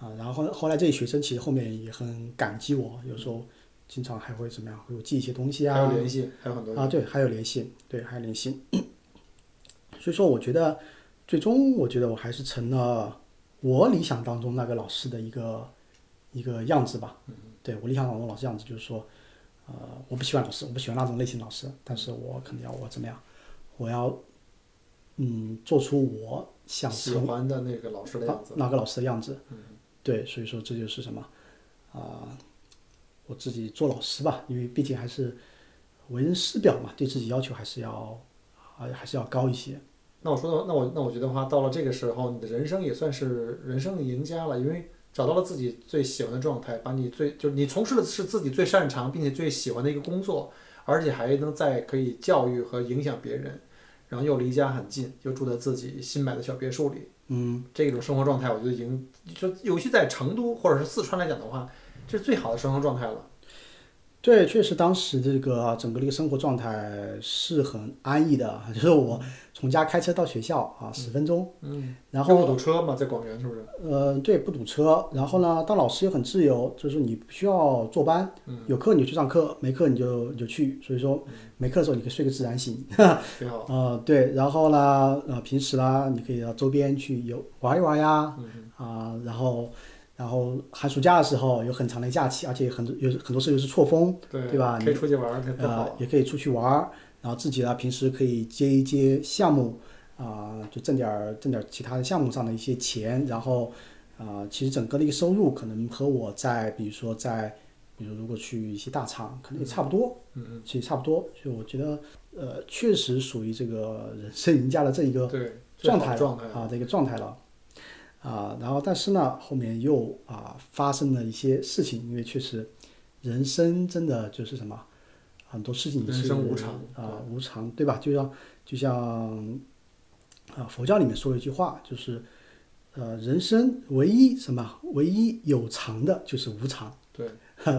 [SPEAKER 2] 啊、然后后后来这些学生其实后面也很感激我，有时候经常还会怎么样，会寄一些东西
[SPEAKER 1] 还
[SPEAKER 2] 啊
[SPEAKER 1] 有，联系，还有很多
[SPEAKER 2] 啊，对，还有联系，对，还有联系， 所以说我觉得最终我觉得我还是成了我理想当中那个老师的一个一个样子吧，
[SPEAKER 1] 嗯
[SPEAKER 2] 对我理想当中老师样子就是说，呃，我不喜欢老师，我不喜欢那种类型的老师，但是我肯定要我怎么样，我要嗯做出我想
[SPEAKER 1] 喜
[SPEAKER 2] 成
[SPEAKER 1] 欢的那个老师的样子。
[SPEAKER 2] 那个老师的样子。对，所以说这就是什么啊、我自己做老师吧，因为毕竟还是为人师表嘛，对自己要求还是要还还是要高一些。
[SPEAKER 1] 那我说的，那我那我觉得话，到了这个时候，你的人生也算是人生的赢家了，因为找到了自己最喜欢的状态，把你最就是你从事的是自己最擅长并且最喜欢的一个工作，而且还能在可以教育和影响别人，然后又离家很近，又住在自己新买的小别墅里，
[SPEAKER 2] 嗯，
[SPEAKER 1] 这种生活状态，我觉得已经就尤其在成都或者是四川来讲的话，这是最好的生活状态了。
[SPEAKER 2] 对，确实当时这个啊整个的一个生活状态是很安逸的，啊 就是我从家开车到学校啊十分钟，
[SPEAKER 1] 嗯，
[SPEAKER 2] 然
[SPEAKER 1] 又
[SPEAKER 2] 后
[SPEAKER 1] 不堵车嘛，在广元是不是？
[SPEAKER 2] 呃对不堵车，然后呢当老师也很自由，就是你不需要坐班，
[SPEAKER 1] 嗯
[SPEAKER 2] 有课你就去上课，没课你就你就去，所以说没课的时候你可以睡个自然醒，
[SPEAKER 1] 挺好。
[SPEAKER 2] 呃对，然后呢呃平时啦你可以到周边去游玩一玩呀，啊、
[SPEAKER 1] 嗯
[SPEAKER 2] 然后然后寒暑假的时候有很长的假期，而且很多有很多时候又是错峰。
[SPEAKER 1] 对
[SPEAKER 2] 对吧
[SPEAKER 1] 可以出去玩儿，挺好。
[SPEAKER 2] 呃，也可以出去玩儿，然后自己呢平时可以接一接项目，啊、就挣点儿挣点儿其他的项目上的一些钱，然后啊、其实整个的一个收入可能和我在比如说在，比如如果去一些大厂，可能也差不多，
[SPEAKER 1] 嗯，
[SPEAKER 2] 其实差不多，所以我觉得呃确实属于这个人生赢家的这一个
[SPEAKER 1] 对
[SPEAKER 2] 状态了
[SPEAKER 1] 状态，
[SPEAKER 2] 啊，这个状态了。啊，然后但是呢，后面又啊发生了一些事情，因为确实，人生真的就是什么，很多事情
[SPEAKER 1] 人
[SPEAKER 2] 是
[SPEAKER 1] 生无常
[SPEAKER 2] 啊，无常对吧？就像就像啊佛教里面说了一句话，就是呃人生唯一什么唯一有常的就是无常。
[SPEAKER 1] 对，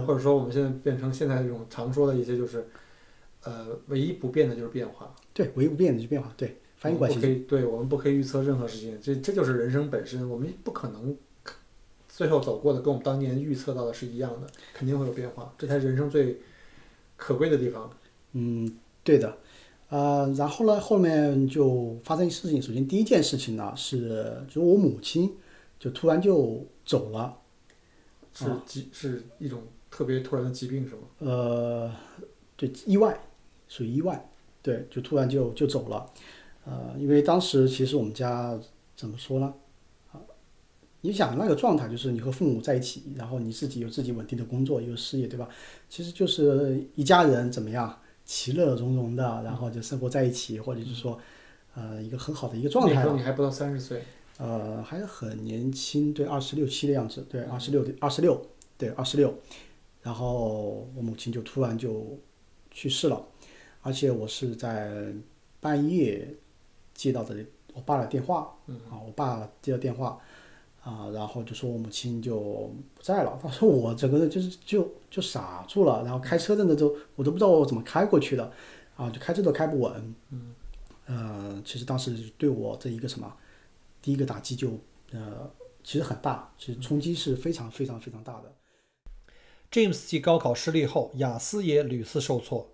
[SPEAKER 1] 或者说我们现在变成现在这种常说的一些就是，呃，唯一不变的就是变化。
[SPEAKER 2] 对，唯一不变的就是变化。对，翻译过来
[SPEAKER 1] 我们不可以，对我们不可以预测任何事情，这这就是人生本身，我们不可能最后走过的跟我们当年预测到的是一样的，肯定会有变化，这才是人生最可贵的地方。
[SPEAKER 2] 嗯，对的，呃，然后呢，后面就发生一事情。首先，第一件事情呢是，就是我母亲就突然就走了，
[SPEAKER 1] 是
[SPEAKER 2] 嗯
[SPEAKER 1] 疾是一种特别突然的疾病，是吗？
[SPEAKER 2] 呃，对，意外，属于意外，对，就突然就就走了，呃，因为当时其实我们家怎么说呢？啊你想那个状态，就是你和父母在一起，然后你自己有自己稳定的工作，有事业，对吧？其实就是一家人怎么样，其乐融融的，然后就生活在一起，或者就是说，呃，一个很好的一个状
[SPEAKER 1] 那
[SPEAKER 2] 态
[SPEAKER 1] 时候
[SPEAKER 2] 吧。
[SPEAKER 1] 你还不到三十岁，
[SPEAKER 2] 呃，还很年轻，对，二十六七的样子，对，二十六的二十六，对，二十六。然后我母亲就突然就去世了，而且我是在半夜接到的我爸的电话，
[SPEAKER 1] 嗯
[SPEAKER 2] 啊，我爸接到电话，啊，然后就说我母亲就不在了。当时我整个人就是就就傻住了，然后开车的那都我都不知道我怎么开过去的，啊，就开车都开不稳。嗯，呃，其实当时对我这一个什么，第一个打击就呃其实很大，其实冲击是非常非常非常大的。
[SPEAKER 3] James 继高考失利后，雅思也屡次受挫，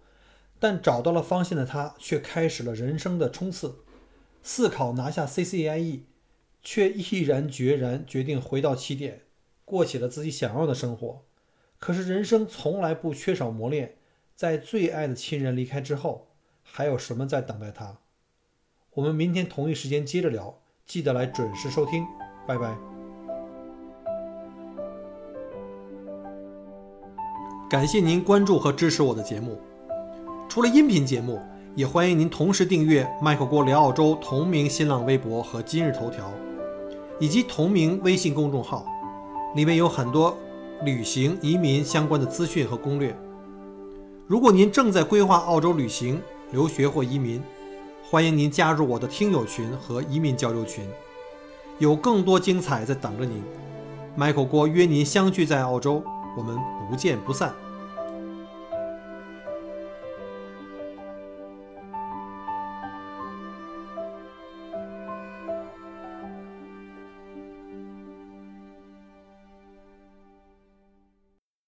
[SPEAKER 3] 但找到了方向的他却开始了人生的冲刺。四考拿下 CCIE，却 E，毅然决然决定回到起点，过起了自己想要的生活。可是人生从来不缺少磨练，在最爱的亲人离开之后，还有什么在等待他？我们明天同一时间接着聊，记得来准时收听，拜拜。感谢您关注和支持我的节目。除了音频节目，也欢迎您同时订阅麦克锅聊澳洲同名新浪微博和今日头条，以及同名微信公众号，里面有很多旅行、移民相关的资讯和攻略。如果您正在规划澳洲旅行、留学或移民，欢迎您加入我的听友群和移民交流群，有更多精彩在等着您。Michael 郭约您相聚在澳洲，我们不见不散。